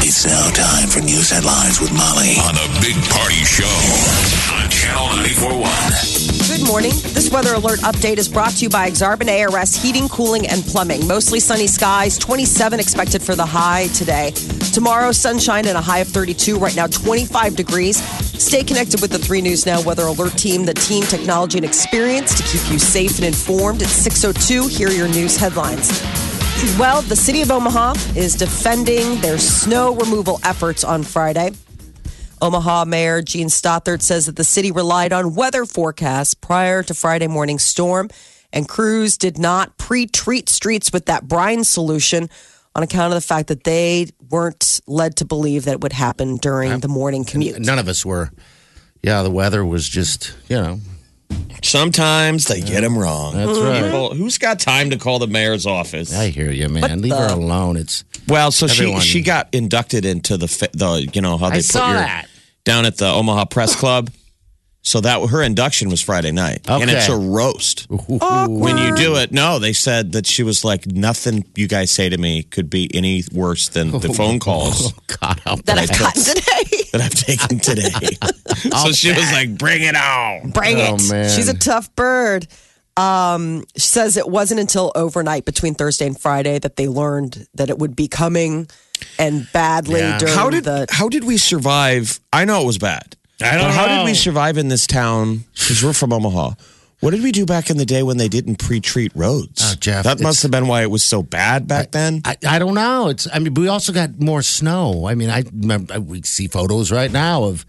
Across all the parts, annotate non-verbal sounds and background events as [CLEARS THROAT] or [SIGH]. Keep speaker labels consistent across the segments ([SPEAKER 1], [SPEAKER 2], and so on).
[SPEAKER 1] It's now time for news headlines with Molly on the Big Party Show on Channel 941.
[SPEAKER 2] Good morning. This weather alert update is brought to you by Exarban ARS Heating, Cooling, and Plumbing. Mostly sunny skies, 27 expected for the high today. Tomorrow, sunshine and a high of 32, right now 25 degrees. Stay connected with the 3 News Now Weather Alert team, the team, technology, and experience to keep you safe and informed. At 6.02, here are your news headlines. Well, the city of Omaha is defending their snow removal efforts on Friday. Omaha Mayor Gene Stothard says that the city relied on weather forecasts prior to Friday morning's storm, and crews did not pre treat streets with that brine solution on account of the fact that they weren't led to believe that it would happen during the morning commute.
[SPEAKER 3] None of us were. Yeah, the weather was just, you know.
[SPEAKER 4] Sometimes they get 'em wrong.
[SPEAKER 3] That's right.
[SPEAKER 4] People- who's got time to call the mayor's office?
[SPEAKER 3] I hear you, man. Leave her alone. It's
[SPEAKER 4] Well, so
[SPEAKER 3] Everyone-
[SPEAKER 4] she she got inducted into the fa- the you know how they put
[SPEAKER 3] saw
[SPEAKER 4] your
[SPEAKER 3] that.
[SPEAKER 4] down at the Omaha Press Club. So that her induction was Friday night, and it's
[SPEAKER 3] Okay.
[SPEAKER 4] a roast. When you do it, no, they said that she was like, nothing you guys say to me could be any worse than
[SPEAKER 3] [LAUGHS]
[SPEAKER 4] the phone calls
[SPEAKER 3] God. I'll-
[SPEAKER 2] That I've gotten today. [LAUGHS]
[SPEAKER 4] that I've taken today.
[SPEAKER 3] [LAUGHS]
[SPEAKER 4] so she was like, bring it on.
[SPEAKER 2] Bring
[SPEAKER 3] Oh,
[SPEAKER 2] it.
[SPEAKER 3] man.
[SPEAKER 2] She's a tough bird. Um, she says it wasn't until overnight between Thursday and Friday that they learned that it would be coming and badly
[SPEAKER 3] Yeah.
[SPEAKER 2] during
[SPEAKER 4] How did
[SPEAKER 2] the
[SPEAKER 4] how did we survive? I know it was bad. I
[SPEAKER 3] don't
[SPEAKER 4] How did
[SPEAKER 3] know.
[SPEAKER 4] we survive in this town? Because we're from Omaha. What did we do back in the day when they didn't pre-treat roads?
[SPEAKER 3] Oh, Jeff,
[SPEAKER 4] that
[SPEAKER 3] it's-
[SPEAKER 4] must have been why it was so bad back then.
[SPEAKER 3] I, I don't know. It's I mean, we also got more snow. I mean, I remember we see photos right now of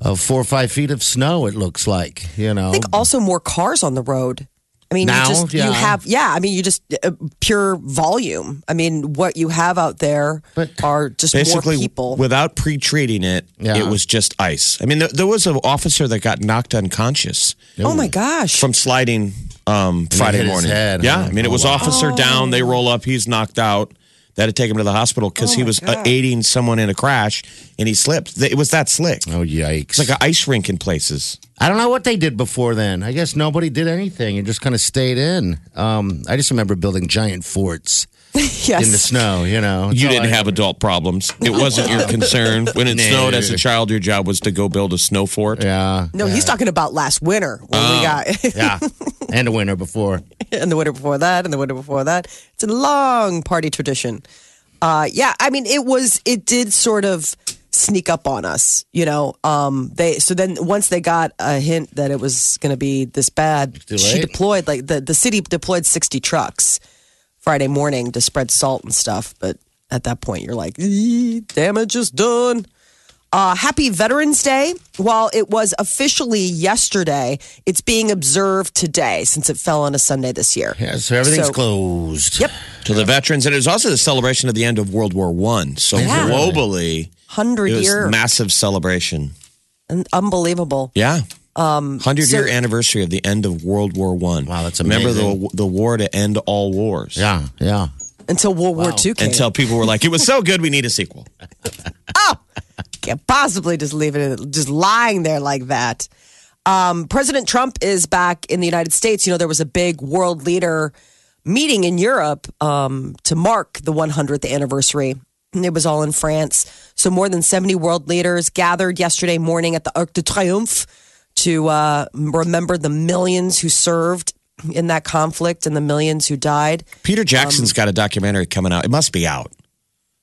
[SPEAKER 3] of four or five feet of snow. It looks like you know.
[SPEAKER 2] I think also more cars on the road. I mean,
[SPEAKER 3] Oh. Now?
[SPEAKER 2] you just you
[SPEAKER 3] Yeah.
[SPEAKER 2] have yeah. I mean, you just uh, pure volume. I mean, what you have out there
[SPEAKER 3] But-
[SPEAKER 2] are just
[SPEAKER 4] Basically,
[SPEAKER 2] more people.
[SPEAKER 4] without pre-treating it,
[SPEAKER 3] Yeah.
[SPEAKER 4] it was just ice. I mean, there, there was an officer that got knocked unconscious
[SPEAKER 2] oh my gosh!
[SPEAKER 4] from sliding um, Friday
[SPEAKER 3] hit his
[SPEAKER 4] morning.
[SPEAKER 3] head,
[SPEAKER 4] yeah,
[SPEAKER 3] huh?
[SPEAKER 4] I mean, it was
[SPEAKER 3] Oh, wow.
[SPEAKER 4] officer down. They roll up. He's knocked out. They had to take him to the hospital because he was uh, aiding someone in a crash and he slipped. Th- It was that slick.
[SPEAKER 3] oh yikes!
[SPEAKER 4] It's like an ice rink in places.
[SPEAKER 3] I don't know what they did before then. I guess nobody did anything and just kind of stayed in. Um, I just remember building giant forts
[SPEAKER 2] yes,
[SPEAKER 3] in the snow. You know,
[SPEAKER 4] You
[SPEAKER 3] So
[SPEAKER 4] didn't
[SPEAKER 3] Oh, I-
[SPEAKER 4] have adult problems. It wasn't [LAUGHS] your concern. When it snowed as a child, your job was to go build a snow fort.
[SPEAKER 3] Yeah, Oh.
[SPEAKER 2] no, he's talking about last winter when we
[SPEAKER 3] [LAUGHS]
[SPEAKER 2] got [LAUGHS]
[SPEAKER 3] yeah, and a winter before.
[SPEAKER 2] and the winter before that and the winter before that. It's a long party tradition. Uh, yeah, I mean, it was it did sort of sneak up on us, you know. Um, they so then once they got a hint that it was going to be this bad,
[SPEAKER 3] Too
[SPEAKER 2] she
[SPEAKER 3] late.
[SPEAKER 2] deployed like the the city deployed sixty trucks Friday morning to spread salt and stuff. But at that point, you're like, "Eh, damage is done. Uh, happy Veterans Day. While it was officially yesterday, it's being observed today since it fell on a Sunday this year.
[SPEAKER 3] Yeah, so everything's
[SPEAKER 2] So-
[SPEAKER 3] closed.
[SPEAKER 2] Yep.
[SPEAKER 4] To the veterans, and it was also the celebration of the end of World War One. So
[SPEAKER 3] Yeah.
[SPEAKER 4] globally,
[SPEAKER 2] 100
[SPEAKER 4] it was
[SPEAKER 2] year.
[SPEAKER 4] massive celebration.
[SPEAKER 2] Un- unbelievable.
[SPEAKER 4] Yeah. Um, Hundred
[SPEAKER 2] so-
[SPEAKER 4] year anniversary of the end of World War One.
[SPEAKER 3] Wow, that's
[SPEAKER 4] Remember the
[SPEAKER 3] amazing.
[SPEAKER 4] the war to end all wars.
[SPEAKER 3] Yeah, yeah.
[SPEAKER 2] Until World War II came.
[SPEAKER 4] Until people were like, "It was so good, we need a sequel."
[SPEAKER 2] Oh, Can't possibly just leave it just lying there like that. Um, President Trump is back in the United States. You know, there was a big world leader meeting in Europe um, to mark the 100th anniversary. And It was all in France. So more than 70 world leaders gathered yesterday morning at the Arc de Triomphe to uh, remember the millions who served in that conflict and the millions who died.
[SPEAKER 4] Peter Jackson's got a documentary coming out. It must be out. I'm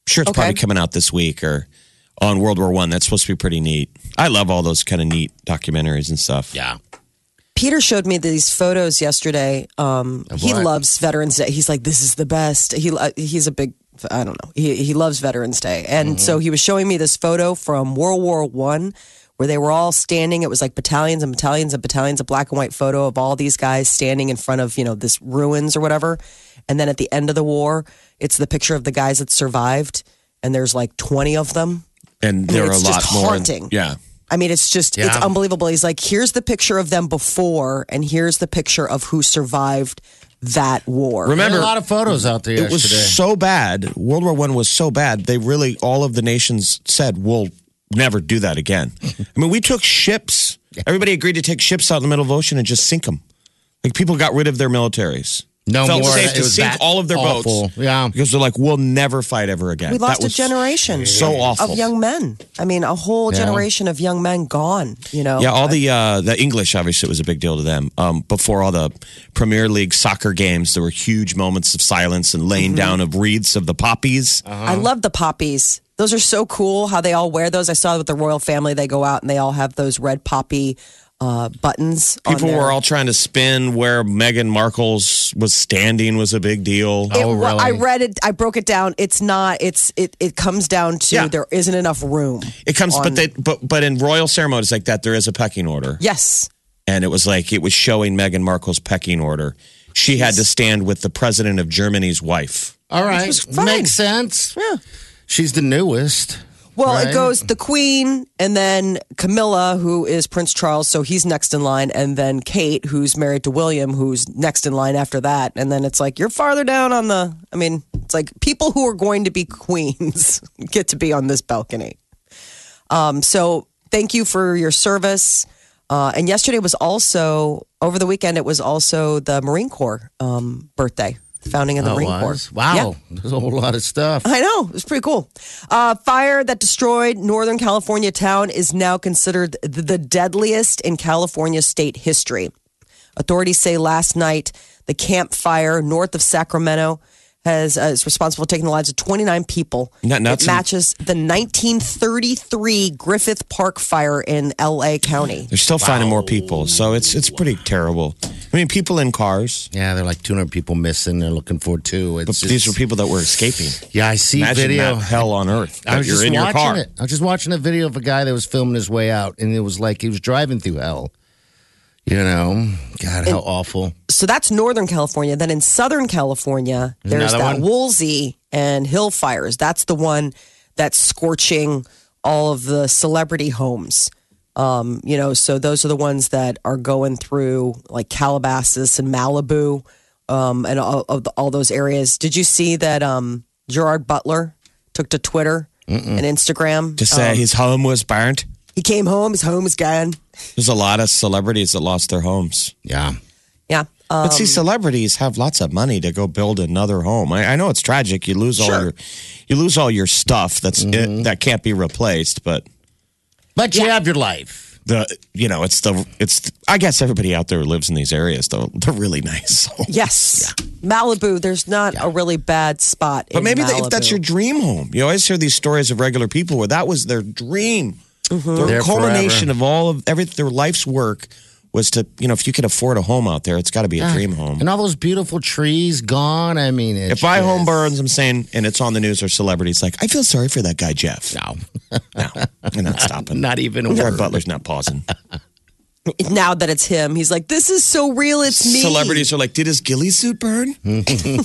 [SPEAKER 4] sure it's probably
[SPEAKER 2] Okay.
[SPEAKER 4] coming out this week or on World War One. That's supposed to be pretty neat. I love all those kind of neat documentaries and stuff.
[SPEAKER 3] Yeah.
[SPEAKER 2] Peter showed me these photos yesterday. Um, he
[SPEAKER 3] what?
[SPEAKER 2] loves Veterans Day. He's like, this is the best. He uh, he's a big. I don't know. He he loves Veterans Day, and so he was showing me this photo from World War One, where they were all standing. It was like battalions and battalions and battalions. A black and white photo of all these guys standing in front of you know this ruins or whatever. And then at the end of the war, it's the picture of the guys that survived, and there's like twenty of them
[SPEAKER 4] and there are a
[SPEAKER 2] it's
[SPEAKER 4] lot
[SPEAKER 2] just
[SPEAKER 4] more.
[SPEAKER 2] haunting.
[SPEAKER 4] yeah.
[SPEAKER 2] I mean, it's just, it's
[SPEAKER 3] Yeah.
[SPEAKER 2] unbelievable. He's like, here's the picture of them before, and here's the picture of who survived that war.
[SPEAKER 3] There
[SPEAKER 4] Remember,
[SPEAKER 3] are a lot of photos out there
[SPEAKER 4] it was
[SPEAKER 3] yesterday.
[SPEAKER 4] so bad. World War One was so bad. They really, all of the nations said, "We'll never do
[SPEAKER 3] [LAUGHS]
[SPEAKER 4] that again." I mean, we took ships. Everybody agreed to take ships out in the middle of the ocean and just sink them. Like people got rid of their militaries.
[SPEAKER 3] No
[SPEAKER 4] felt
[SPEAKER 3] more.
[SPEAKER 4] safe
[SPEAKER 3] It
[SPEAKER 4] to
[SPEAKER 3] was
[SPEAKER 4] sink
[SPEAKER 3] that
[SPEAKER 4] all of their
[SPEAKER 3] awful.
[SPEAKER 4] boats.
[SPEAKER 3] Yeah.
[SPEAKER 4] because they're like, "We'll never fight ever again."
[SPEAKER 2] We lost
[SPEAKER 4] That
[SPEAKER 2] a
[SPEAKER 4] was
[SPEAKER 2] generation
[SPEAKER 4] So awful.
[SPEAKER 2] of young men. I mean, a whole
[SPEAKER 3] Yeah.
[SPEAKER 2] generation of young men gone, you know?
[SPEAKER 4] Yeah, all the uh, the English obviously was a big deal to them. Um, before all the Premier League soccer games, there were huge moments of silence and laying
[SPEAKER 3] Mm-hmm.
[SPEAKER 4] down of wreaths of the poppies.
[SPEAKER 2] I love the poppies. Those are so cool how they all wear those. I saw with the royal family, they go out and they all have those red poppy uh, buttons. on
[SPEAKER 4] People
[SPEAKER 2] their-
[SPEAKER 4] were all trying to spin where Meghan Markle's was standing was a big deal.
[SPEAKER 2] It
[SPEAKER 3] Oh,
[SPEAKER 2] wa-
[SPEAKER 3] really?
[SPEAKER 2] I read it. I broke it down. It's not. It's it. It comes down to
[SPEAKER 4] Yeah.
[SPEAKER 2] there isn't enough room.
[SPEAKER 4] It comes,
[SPEAKER 2] on-
[SPEAKER 4] but they, but but in royal ceremonies like that, there is a pecking order,
[SPEAKER 2] Yes,
[SPEAKER 4] and it was like it was showing Meghan Markle's pecking order. She had to stand with the president of Germany's wife.
[SPEAKER 3] All right.
[SPEAKER 2] was fine.
[SPEAKER 3] Makes sense.
[SPEAKER 2] Yeah.
[SPEAKER 3] She's the newest.
[SPEAKER 2] Well,
[SPEAKER 3] Right.
[SPEAKER 2] it goes the Queen and then Camilla, who is Prince Charles, so he's next in line, and then Kate, who's married to William, who's next in line after that. And then it's like you're farther down on the I mean, it's like people who are going to be [LAUGHS] queens get to be on this balcony. Um, so thank you for your service. Uh, and yesterday was also over the weekend it was also the Marine Corps um, birthday, the founding of the
[SPEAKER 3] That
[SPEAKER 2] Marine
[SPEAKER 3] Oh, was.
[SPEAKER 2] Corps. Uh-huh. Yeah.
[SPEAKER 3] Wow. There's a whole lot of stuff.
[SPEAKER 2] I know. It was pretty cool. Uh, fire that destroyed Northern California town is now considered th- the deadliest in California state history. Authorities say last night the campfire north of Sacramento has uh, is responsible for taking the lives of 29 people.
[SPEAKER 4] Isn't that nuts?
[SPEAKER 2] It matches the 1933 Griffith Park fire in L.A. County.
[SPEAKER 4] They're still finding more people, so it's it's pretty terrible. I mean, people in cars.
[SPEAKER 3] Yeah, they're like 200 people missing. They're looking for two. It's just,
[SPEAKER 4] These were people that were escaping.
[SPEAKER 3] Yeah, I see
[SPEAKER 4] Imagine
[SPEAKER 3] video.
[SPEAKER 4] that hell on earth.
[SPEAKER 3] I
[SPEAKER 4] that
[SPEAKER 3] was
[SPEAKER 4] you're
[SPEAKER 3] just
[SPEAKER 4] in your
[SPEAKER 3] watching
[SPEAKER 4] car.
[SPEAKER 3] it. I was just watching a video of a guy that was filming his way out, and it was like he was driving through hell. You know, God, how awful.
[SPEAKER 2] So that's Northern California. Then in Southern California, there's
[SPEAKER 3] Another
[SPEAKER 2] that
[SPEAKER 3] one?
[SPEAKER 2] Woolsey and Hill fires. That's the one that's scorching all of the celebrity homes. Um, you know, so those are the ones that are going through like Calabasas and Malibu um, and all, of the, all those areas. Did you see that um, Gerard Butler took to Twitter and Instagram? Um,
[SPEAKER 4] To say
[SPEAKER 3] Um,
[SPEAKER 4] his home was burnt.
[SPEAKER 2] He came home, his home is gone.
[SPEAKER 4] There's a lot of celebrities that lost their homes.
[SPEAKER 3] Yeah.
[SPEAKER 2] Yeah. Um,
[SPEAKER 4] but see, celebrities have lots of money to go build another home. I, I know it's tragic. You lose all your, you lose all your stuff. That's
[SPEAKER 2] Mm-hmm.
[SPEAKER 4] that can't be replaced. But
[SPEAKER 3] But you have your life.
[SPEAKER 4] the you know it's the it's. I guess everybody out there who lives in these areas though they're really [LAUGHS] nice.
[SPEAKER 2] yes. Malibu, there's not a really bad spot.
[SPEAKER 4] But
[SPEAKER 2] in
[SPEAKER 4] maybe that, if that's
[SPEAKER 2] Malibu.
[SPEAKER 4] your dream home, you always hear these stories of regular people where that was their dream.
[SPEAKER 2] Mm-hmm.
[SPEAKER 4] Their
[SPEAKER 3] There
[SPEAKER 4] culmination of all of every their life's work was to you know if you could afford a home out there, it's got to
[SPEAKER 2] Ah,
[SPEAKER 4] be a dream home.
[SPEAKER 3] And all those beautiful trees gone. I mean, it's
[SPEAKER 4] If my home
[SPEAKER 3] just-
[SPEAKER 4] burns, I'm saying, and it's on the news or celebrities, like, I feel sorry for that guy, Jeff. No.
[SPEAKER 3] [LAUGHS]
[SPEAKER 4] No. I'm not stopping.
[SPEAKER 3] Not even a
[SPEAKER 4] Gerard
[SPEAKER 3] word.
[SPEAKER 4] Butler's not pausing.
[SPEAKER 2] now that it's him, he's like, this is so real. It's [LAUGHS] me. [LAUGHS]
[SPEAKER 4] Celebrities are like, did his ghillie suit burn?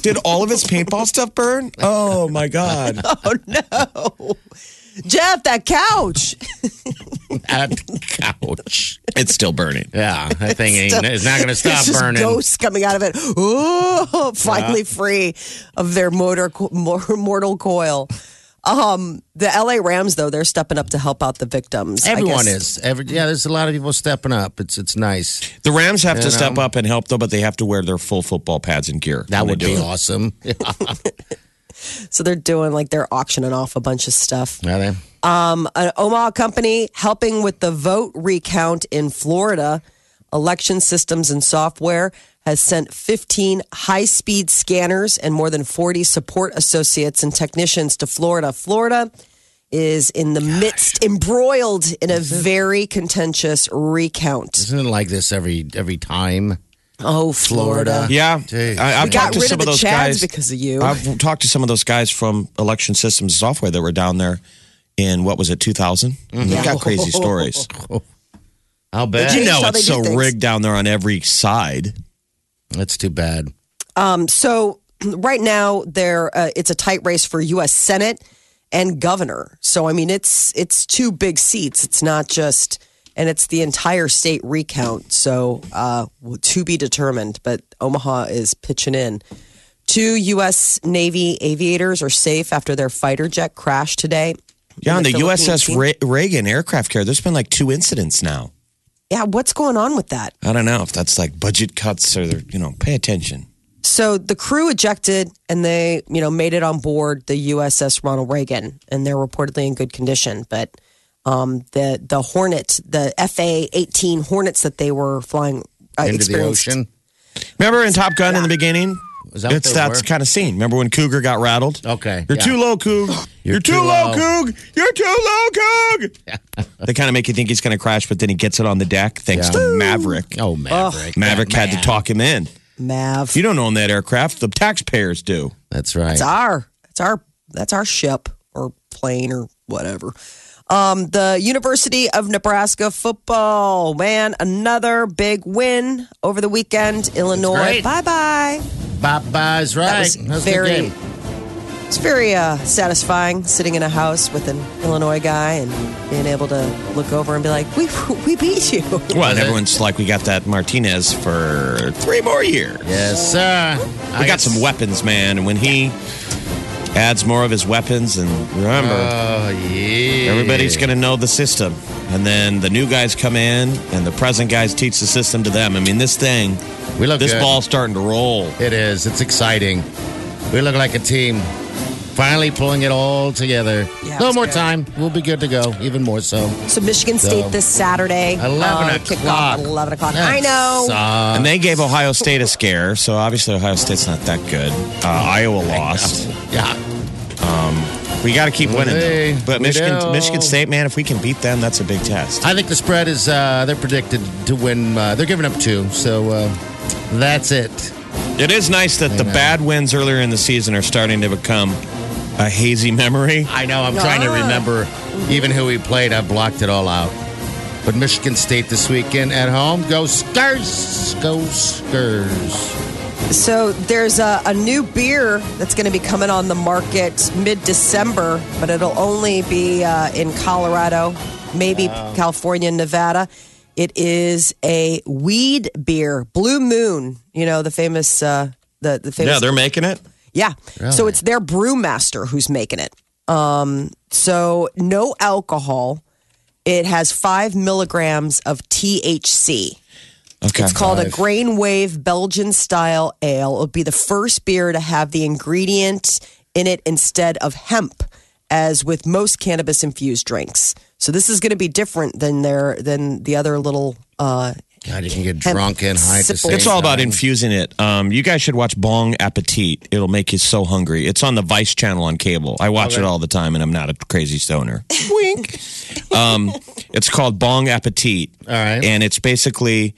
[SPEAKER 4] did all of his paintball stuff burn? Oh, my
[SPEAKER 2] [LAUGHS]
[SPEAKER 4] God.
[SPEAKER 2] Jeff, that couch. [LAUGHS]
[SPEAKER 3] at the couch.
[SPEAKER 4] It's still burning.
[SPEAKER 3] Yeah, that thing ain't. it's not going to stop
[SPEAKER 2] It's just
[SPEAKER 3] burning.
[SPEAKER 2] Ghosts coming out of it. Ooh, [LAUGHS] finally free of their motor co- mor- [LAUGHS] mortal coil. Um, the LA Rams, though, they're stepping up to help out the victims. I
[SPEAKER 3] Everyone
[SPEAKER 2] guess.
[SPEAKER 3] is. Every yeah, there's a lot of people stepping up. It's it's nice.
[SPEAKER 4] The Rams have to
[SPEAKER 3] You
[SPEAKER 4] step
[SPEAKER 3] know?
[SPEAKER 4] up and help, though, but they have to wear their full football pads and gear.
[SPEAKER 3] That
[SPEAKER 4] when
[SPEAKER 3] would
[SPEAKER 4] they
[SPEAKER 3] be
[SPEAKER 4] do it.
[SPEAKER 3] awesome. [LAUGHS] Yeah,
[SPEAKER 2] So they're doing like they're auctioning off a bunch of stuff.
[SPEAKER 3] Are they?
[SPEAKER 2] an Omaha company helping with the vote recount in Florida. Election Systems and Software has sent 15 high speed scanners and more than 40 support associates and technicians to Florida. Florida is in the midst, embroiled in a very contentious recount.
[SPEAKER 3] Isn't it like this every every time? [LAUGHS]
[SPEAKER 2] Oh, Florida.
[SPEAKER 4] Yeah.
[SPEAKER 3] Jeez.
[SPEAKER 4] I, I've
[SPEAKER 2] We got
[SPEAKER 4] talked to
[SPEAKER 2] rid
[SPEAKER 4] some
[SPEAKER 2] of the
[SPEAKER 4] of those
[SPEAKER 2] Chads
[SPEAKER 4] guys.
[SPEAKER 2] because of you.
[SPEAKER 4] I've talked to some of those guys from Election Systems Software that were down there in, what was it, 2000? They've
[SPEAKER 2] [LAUGHS]
[SPEAKER 4] got crazy stories.
[SPEAKER 3] I'll bet.
[SPEAKER 4] You
[SPEAKER 2] Mm-hmm. That's
[SPEAKER 4] know,
[SPEAKER 2] how
[SPEAKER 4] it's
[SPEAKER 2] they
[SPEAKER 4] so
[SPEAKER 2] do things.
[SPEAKER 4] rigged down there on every side.
[SPEAKER 3] That's too bad.
[SPEAKER 2] [CLEARS THROAT] Um, so right now, there uh, it's a tight race for U.S. Senate and governor. So I mean, it's it's two big seats. It's not just, and it's the entire state recount. So uh, to be determined. But Omaha is pitching in. Two U.S. Navy aviators are safe after their fighter jet crashed today.
[SPEAKER 4] Yeah, on
[SPEAKER 2] in
[SPEAKER 4] the
[SPEAKER 2] Philippine
[SPEAKER 4] USS
[SPEAKER 2] Sea.
[SPEAKER 4] Re- Reagan aircraft carrier, there's been like two incidents now.
[SPEAKER 2] Yeah, what's going on with that?
[SPEAKER 4] I don't know if that's like budget cuts or, they're you know, pay attention.
[SPEAKER 2] So the crew ejected and they, you know, made it on board the USS Ronald Reagan and they're reportedly in good condition. But um, the the Hornet, the FA 18 Hornets that they were flying uh,
[SPEAKER 3] Into the
[SPEAKER 2] experienced-
[SPEAKER 3] ocean.
[SPEAKER 4] Remember in Top Gun in the beginning?
[SPEAKER 3] Is that what
[SPEAKER 4] it's
[SPEAKER 3] they
[SPEAKER 4] that
[SPEAKER 3] were?
[SPEAKER 4] kind of scene. Remember when Cougar got rattled?
[SPEAKER 3] Okay,
[SPEAKER 4] You're
[SPEAKER 3] yeah.
[SPEAKER 4] too low, Coog. You're, too, low, Coog. You're too low, Coog.
[SPEAKER 3] [LAUGHS]
[SPEAKER 4] they kind of make you think he's going to crash, but then he gets it on the deck thanks
[SPEAKER 3] Yeah.
[SPEAKER 4] to Maverick.
[SPEAKER 3] Oh, Maverick.
[SPEAKER 4] Maverick
[SPEAKER 3] That
[SPEAKER 4] had
[SPEAKER 3] man.
[SPEAKER 4] to talk him in.
[SPEAKER 2] Mav.
[SPEAKER 4] You don't own that aircraft. The taxpayers do.
[SPEAKER 3] That's right.
[SPEAKER 2] It's our it's our that's our ship or plane or whatever. Um, the University of Nebraska football man, another big win over the weekend. Illinois,
[SPEAKER 3] great.
[SPEAKER 2] bye bye.
[SPEAKER 3] Bob Bye's right.
[SPEAKER 2] That was
[SPEAKER 3] That's
[SPEAKER 2] very-
[SPEAKER 3] the game.
[SPEAKER 2] It's very uh, satisfying sitting in a house with an Illinois guy and being able to look over and be like, "We we beat you."
[SPEAKER 4] Well, and everyone's like, we got that Martinez for three more years.
[SPEAKER 3] Yes, sir.
[SPEAKER 4] We got some weapons, man. And when he adds more of his weapons, and remember,
[SPEAKER 3] Oh yeah.
[SPEAKER 4] everybody's going to know the system. And then the new guys come in, and the present guys teach the system to them. I mean, this thing,
[SPEAKER 3] We look
[SPEAKER 4] this
[SPEAKER 3] good.
[SPEAKER 4] ball's starting to roll.
[SPEAKER 3] It is. It's exciting. We look like a team. Finally pulling it all together.
[SPEAKER 2] Yeah,
[SPEAKER 3] a little
[SPEAKER 2] it's
[SPEAKER 3] more
[SPEAKER 2] good.
[SPEAKER 3] time. We'll be good to go. Even more so.
[SPEAKER 2] So Michigan State
[SPEAKER 3] So,
[SPEAKER 2] this Saturday,
[SPEAKER 3] Eleven
[SPEAKER 2] uh,
[SPEAKER 3] o'clock. uh,
[SPEAKER 2] kickoff, at eleven o'clock.
[SPEAKER 3] That
[SPEAKER 2] I know.
[SPEAKER 3] sucks.
[SPEAKER 4] And they gave Ohio State a scare, so obviously Ohio State's not that good. Uh, Iowa lost.
[SPEAKER 3] Yeah.
[SPEAKER 4] We got to keep winning,
[SPEAKER 3] Hey,
[SPEAKER 4] though. But
[SPEAKER 3] we
[SPEAKER 4] Michigan,
[SPEAKER 3] do.
[SPEAKER 4] Michigan State, man, if we can beat them, that's a big test.
[SPEAKER 3] I think the spread is. Uh, they're predicted to win. Uh, they're giving up two. So uh, that's it.
[SPEAKER 4] It is nice that the
[SPEAKER 3] Amen.
[SPEAKER 4] bad wins earlier in the season are starting to become a hazy memory.
[SPEAKER 3] I know. I'm trying to
[SPEAKER 2] Ah.
[SPEAKER 3] remember even who we played. I blocked it all out. But Michigan State this weekend at home. Go Scurs. Go Scurs.
[SPEAKER 2] So there's a, a new beer that's going to be coming on the market mid-December, but it'll only be uh, in Colorado, maybe California, Nevada. It is a weed beer, Blue Moon. You know the famous uh, the the famous
[SPEAKER 4] Yeah, they're making it.
[SPEAKER 2] Yeah. So
[SPEAKER 3] Really?
[SPEAKER 2] it's their brewmaster who's making it. Um, so no alcohol. It has five milligrams of THC.
[SPEAKER 4] Okay.
[SPEAKER 2] It's called a grain wave Belgian style ale. It'll be the first beer to have the ingredient in it instead of hemp, as with most cannabis infused drinks. So this is going to be different than their than the other little. Uh,
[SPEAKER 3] God, you can get drunk and high at the
[SPEAKER 2] Simple.
[SPEAKER 3] same
[SPEAKER 4] It's all about
[SPEAKER 3] time.
[SPEAKER 4] infusing it. Um, you guys should watch Bong Appetit. It'll make you so hungry. It's on the Vice channel on cable. I watch it all the time, and I'm not a
[SPEAKER 3] [LAUGHS]
[SPEAKER 4] crazy stoner. Wink. Um, it's called Bong Appetit.
[SPEAKER 3] All right.
[SPEAKER 4] And it's basically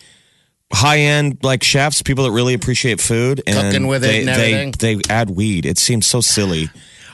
[SPEAKER 4] high end, like chefs, people that really appreciate food. And
[SPEAKER 3] Cooking with it
[SPEAKER 4] they,
[SPEAKER 3] and everything.
[SPEAKER 4] They, they add weed. It seems so silly.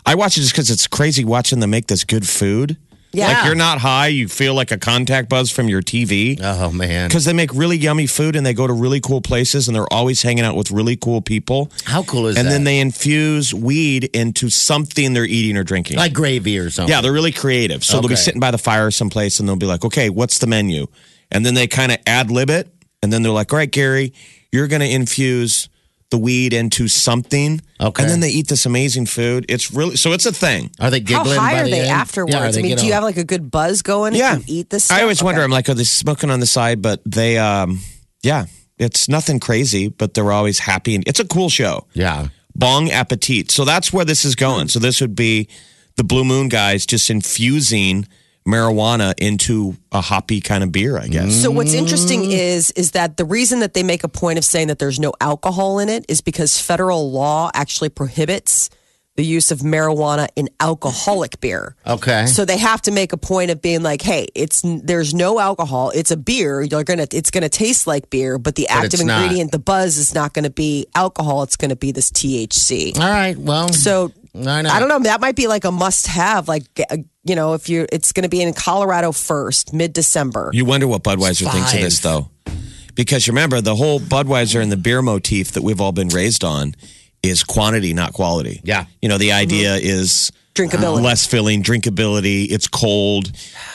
[SPEAKER 4] I watch it just because it's crazy watching them make this good food.
[SPEAKER 2] Yeah.
[SPEAKER 4] Like you're not high, you feel like a contact buzz from your TV
[SPEAKER 3] Oh man.
[SPEAKER 4] because they make really yummy food and they go to really cool places and they're always hanging out with really cool people.
[SPEAKER 3] How cool is
[SPEAKER 4] and
[SPEAKER 3] that?
[SPEAKER 4] then they infuse weed into something they're eating or drinking.
[SPEAKER 3] like gravy or something.
[SPEAKER 4] yeah, they're really creative. So they'll be
[SPEAKER 3] Okay.
[SPEAKER 4] sitting by the fire someplace and they'll be like, okay, what's the menu? And then they kind of ad lib it. And then they're like, all right, Gary, you're going to infuse the weed into something.
[SPEAKER 3] Okay.
[SPEAKER 4] And then they eat this amazing food. It's really, so it's a thing.
[SPEAKER 3] Are they
[SPEAKER 2] how
[SPEAKER 3] giggling?
[SPEAKER 2] high
[SPEAKER 3] by
[SPEAKER 2] are
[SPEAKER 3] the
[SPEAKER 2] they
[SPEAKER 3] end?
[SPEAKER 2] afterwards?
[SPEAKER 3] Yeah, are they
[SPEAKER 2] I mean, do
[SPEAKER 3] getting
[SPEAKER 2] you have
[SPEAKER 3] all-
[SPEAKER 2] like a good buzz going?
[SPEAKER 4] yeah.
[SPEAKER 2] if you eat this. Stuff?
[SPEAKER 4] I always wonder.
[SPEAKER 2] Okay.
[SPEAKER 4] I'm like, oh, they smoking on the side, but they, um, yeah, it's nothing crazy, but they're always happy, and it's a cool show.
[SPEAKER 3] Yeah.
[SPEAKER 4] Bong Appetit. So that's where this is going. So this would be the Blue Moon guys just infusing marijuana into a hoppy kind of beer, I guess.
[SPEAKER 2] So what's
[SPEAKER 3] Mm.
[SPEAKER 2] interesting is is that the reason that they make a point of saying that there's no alcohol in it is because federal law actually prohibits the use of marijuana in alcoholic beer.
[SPEAKER 3] Okay.
[SPEAKER 2] So they have to make a point of being like, "Hey, it's there's no alcohol. It's a beer. You're gonna it's gonna taste like beer, but the active
[SPEAKER 3] it's not.
[SPEAKER 2] ingredient, the buzz, is not gonna be alcohol. It's gonna be this THC."
[SPEAKER 3] all right. Well.
[SPEAKER 2] So
[SPEAKER 3] I know.
[SPEAKER 2] I don't know. That might be like a must-have. Like uh, you know, if you it's gonna be in Colorado first, mid-December.
[SPEAKER 4] You wonder what Budweiser thinks of this,
[SPEAKER 3] Five.
[SPEAKER 4] though. Because remember, the whole Budweiser and the beer motif that we've all been raised on is quantity, not quality.
[SPEAKER 3] Yeah. Mm-hmm.
[SPEAKER 4] You know, the idea is uh,
[SPEAKER 2] Drinkability.
[SPEAKER 4] less filling, drinkability. It's cold.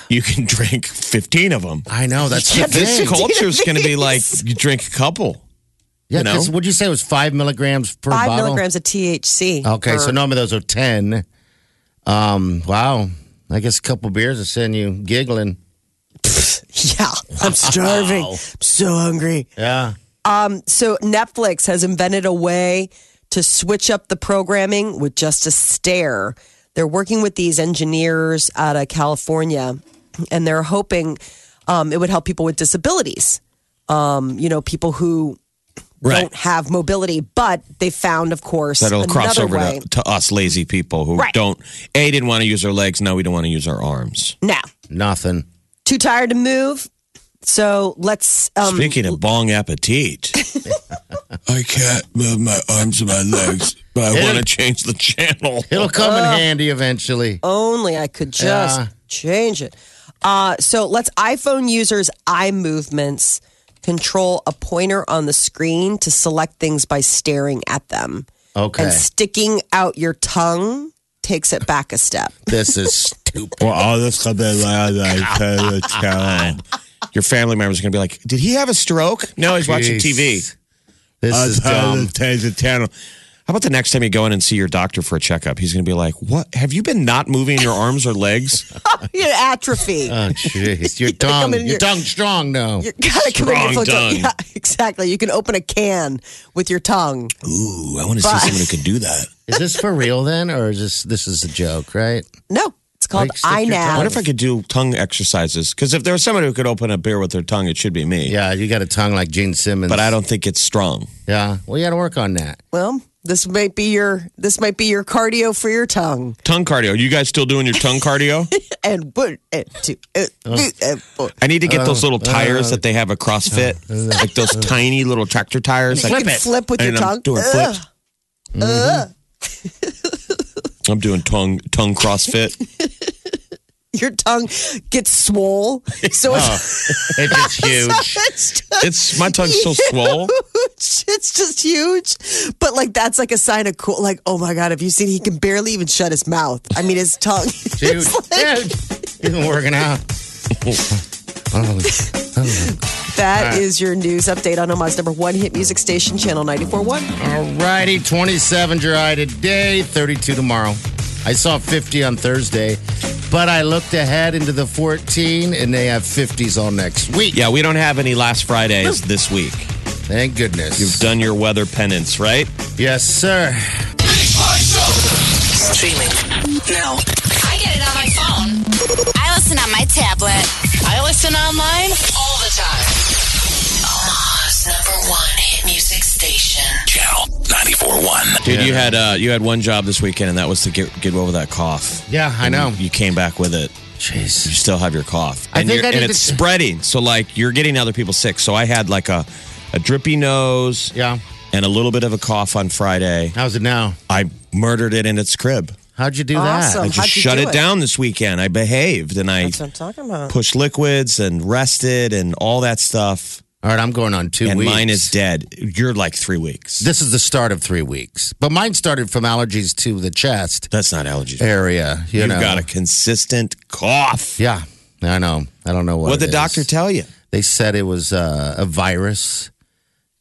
[SPEAKER 4] You can [LAUGHS] drink 15 of them.
[SPEAKER 3] I know that's
[SPEAKER 2] Yeah,
[SPEAKER 3] the
[SPEAKER 2] this
[SPEAKER 3] thing.
[SPEAKER 4] This culture is going
[SPEAKER 3] [LAUGHS]
[SPEAKER 4] to be like
[SPEAKER 2] These.
[SPEAKER 4] you drink a couple.
[SPEAKER 3] Yeah,
[SPEAKER 4] you know?
[SPEAKER 3] 'cause what'd you say it was five milligrams per
[SPEAKER 2] Five
[SPEAKER 3] bottle?
[SPEAKER 2] milligrams of THC.
[SPEAKER 3] Okay,
[SPEAKER 2] for-
[SPEAKER 3] so none of those are ten. Um, wow. I guess a couple beers will send you giggling.
[SPEAKER 2] [LAUGHS] Yeah, I'm starving. I'm so hungry.
[SPEAKER 3] Yeah.
[SPEAKER 2] So Netflix has invented a way to switch up the programming with just a stare. They're working with these engineers out of California, and they're hoping um, it would help people with disabilities. Um, you know, people who
[SPEAKER 4] Right.
[SPEAKER 2] don't have mobility, but they found, of course,
[SPEAKER 4] That'll
[SPEAKER 2] another
[SPEAKER 4] cross over
[SPEAKER 2] way.
[SPEAKER 4] to, to us lazy people who
[SPEAKER 2] Right.
[SPEAKER 4] don't, A, didn't want to use our legs. No, we don't want to use our arms.
[SPEAKER 2] Now,
[SPEAKER 3] Nothing.
[SPEAKER 2] too tired to move. So let's. Um,
[SPEAKER 4] Speaking of bong
[SPEAKER 3] [LAUGHS]
[SPEAKER 4] appetit,
[SPEAKER 1] I can't move my arms and my legs, but I
[SPEAKER 4] I
[SPEAKER 1] want
[SPEAKER 4] want
[SPEAKER 1] to
[SPEAKER 4] to change the channel.
[SPEAKER 3] It'll come
[SPEAKER 2] uh,
[SPEAKER 3] in handy eventually.
[SPEAKER 2] only I could just
[SPEAKER 3] Yeah.
[SPEAKER 2] change it. Uh, so let's iPhone users' eye movements control a pointer on the screen to select things by staring at them.
[SPEAKER 3] Okay.
[SPEAKER 2] And sticking out your tongue takes it back a
[SPEAKER 3] [LAUGHS]
[SPEAKER 2] step.
[SPEAKER 3] This is
[SPEAKER 2] [LAUGHS]
[SPEAKER 3] stupid.
[SPEAKER 4] Well, all this could be like, [LAUGHS] like, uh, time. Your family members are going to be like, did he have a stroke? No, he's watching TV.
[SPEAKER 3] Jeez. This is dumb.
[SPEAKER 4] change the channel. How about the next time you go in and see your doctor for a checkup? He's going to be like, what? Have you been not moving your arms or legs?
[SPEAKER 2] your atrophy.
[SPEAKER 3] Oh,
[SPEAKER 2] [LAUGHS]
[SPEAKER 3] jeez. Your
[SPEAKER 2] gotta come
[SPEAKER 3] tongue.
[SPEAKER 2] in
[SPEAKER 3] Your
[SPEAKER 2] your-
[SPEAKER 3] tongue strong now.
[SPEAKER 2] you gotta come in
[SPEAKER 4] Strong
[SPEAKER 2] your [LAUGHS]
[SPEAKER 4] tongue.
[SPEAKER 2] Yeah, exactly. You can open a can with your tongue.
[SPEAKER 4] [LAUGHS] Ooh, I want to see someone who can do that.
[SPEAKER 3] Is this for real then, or is this this is a joke? Right?
[SPEAKER 2] No, it's called
[SPEAKER 3] Like, stick your
[SPEAKER 4] I
[SPEAKER 2] iNav.
[SPEAKER 4] wonder if I could do tongue exercises. Because if there was someone who could open a beer with their tongue, it should be me.
[SPEAKER 3] Yeah, you got a tongue like Gene Simmons.
[SPEAKER 4] But I don't think it's strong.
[SPEAKER 3] Yeah. Well, you got to work on that.
[SPEAKER 2] well, this might be your this might be your cardio for your tongue.
[SPEAKER 4] Tongue cardio. You guys still doing your tongue cardio?
[SPEAKER 2] and one and two and three and four.
[SPEAKER 4] I need to get those
[SPEAKER 3] Uh,
[SPEAKER 4] little tires that they have at CrossFit, like those tiny little tractor tires.
[SPEAKER 2] You
[SPEAKER 4] Like,
[SPEAKER 2] can flip with
[SPEAKER 4] and
[SPEAKER 2] your
[SPEAKER 4] I'm
[SPEAKER 2] tongue.
[SPEAKER 4] doing
[SPEAKER 2] Ugh.
[SPEAKER 4] flips. Mm-hmm. I'm doing tongue tongue CrossFit.
[SPEAKER 2] [LAUGHS] Your tongue gets swole.
[SPEAKER 3] [LAUGHS]
[SPEAKER 2] So [LAUGHS] it's,
[SPEAKER 3] It
[SPEAKER 4] [LAUGHS]
[SPEAKER 3] is Oh, huge.
[SPEAKER 2] it's just
[SPEAKER 4] It's my tongue's
[SPEAKER 2] [LAUGHS]
[SPEAKER 4] so swole.
[SPEAKER 2] huge. It's just huge. But like that's like a sign of cool like, oh my god, have you seen he can barely even shut his mouth. I mean his tongue. [LAUGHS]
[SPEAKER 3] It's huge. Yeah, it's been working
[SPEAKER 4] [LAUGHS]
[SPEAKER 3] out. Oh,
[SPEAKER 2] That is your news update on Omaha's number one hit music station, channel 94.1.
[SPEAKER 3] all righty. 27 dry today, 32 tomorrow. I saw 50 on Thursday, but I looked ahead into the 14 and they have 50s all next week.
[SPEAKER 4] Yeah, we don't have any last Fridays this week.
[SPEAKER 3] Thank goodness.
[SPEAKER 4] You've done your weather penance, right?
[SPEAKER 3] yes, sir.
[SPEAKER 5] Streaming now.
[SPEAKER 6] I get it on my phone. I listen on my tablet.
[SPEAKER 5] I listen online all the time. Omaha's number one hit music station.
[SPEAKER 1] Channel 94.1.
[SPEAKER 4] Dude, you had uh, you had one job this weekend, and that was to get get over that cough.
[SPEAKER 3] Yeah, I know.
[SPEAKER 4] You came back with it.
[SPEAKER 3] Jeez.
[SPEAKER 4] you still have your cough.
[SPEAKER 3] I
[SPEAKER 4] And,
[SPEAKER 3] think
[SPEAKER 4] you're-
[SPEAKER 3] I
[SPEAKER 4] and
[SPEAKER 3] did
[SPEAKER 4] it's
[SPEAKER 3] the-
[SPEAKER 4] spreading. So, like, you're getting other people sick. So, I had like a, a drippy nose
[SPEAKER 3] Yeah.
[SPEAKER 4] and a little bit of a cough on Friday.
[SPEAKER 3] How's it now?
[SPEAKER 4] I murdered it in its crib.
[SPEAKER 3] How'd you do
[SPEAKER 2] Awesome.
[SPEAKER 3] that?
[SPEAKER 4] Just
[SPEAKER 2] How'd you
[SPEAKER 4] shut
[SPEAKER 2] do
[SPEAKER 4] it,
[SPEAKER 2] it?
[SPEAKER 4] down this weekend. I behaved and I
[SPEAKER 2] That's what I'm talking about.
[SPEAKER 4] pushed liquids and rested and all that stuff.
[SPEAKER 3] All right, I'm going on two
[SPEAKER 4] and
[SPEAKER 3] weeks.
[SPEAKER 4] mine is dead. You're like three weeks.
[SPEAKER 3] This is the start of three weeks, but mine started from allergies to the chest
[SPEAKER 4] That's not allergies.
[SPEAKER 3] area. You
[SPEAKER 4] You've
[SPEAKER 3] know.
[SPEAKER 4] got a consistent cough.
[SPEAKER 3] Yeah, I know. I don't know what.
[SPEAKER 4] What'd
[SPEAKER 3] it
[SPEAKER 4] the doctor
[SPEAKER 3] is.
[SPEAKER 4] tell you?
[SPEAKER 3] they said it was uh, a virus.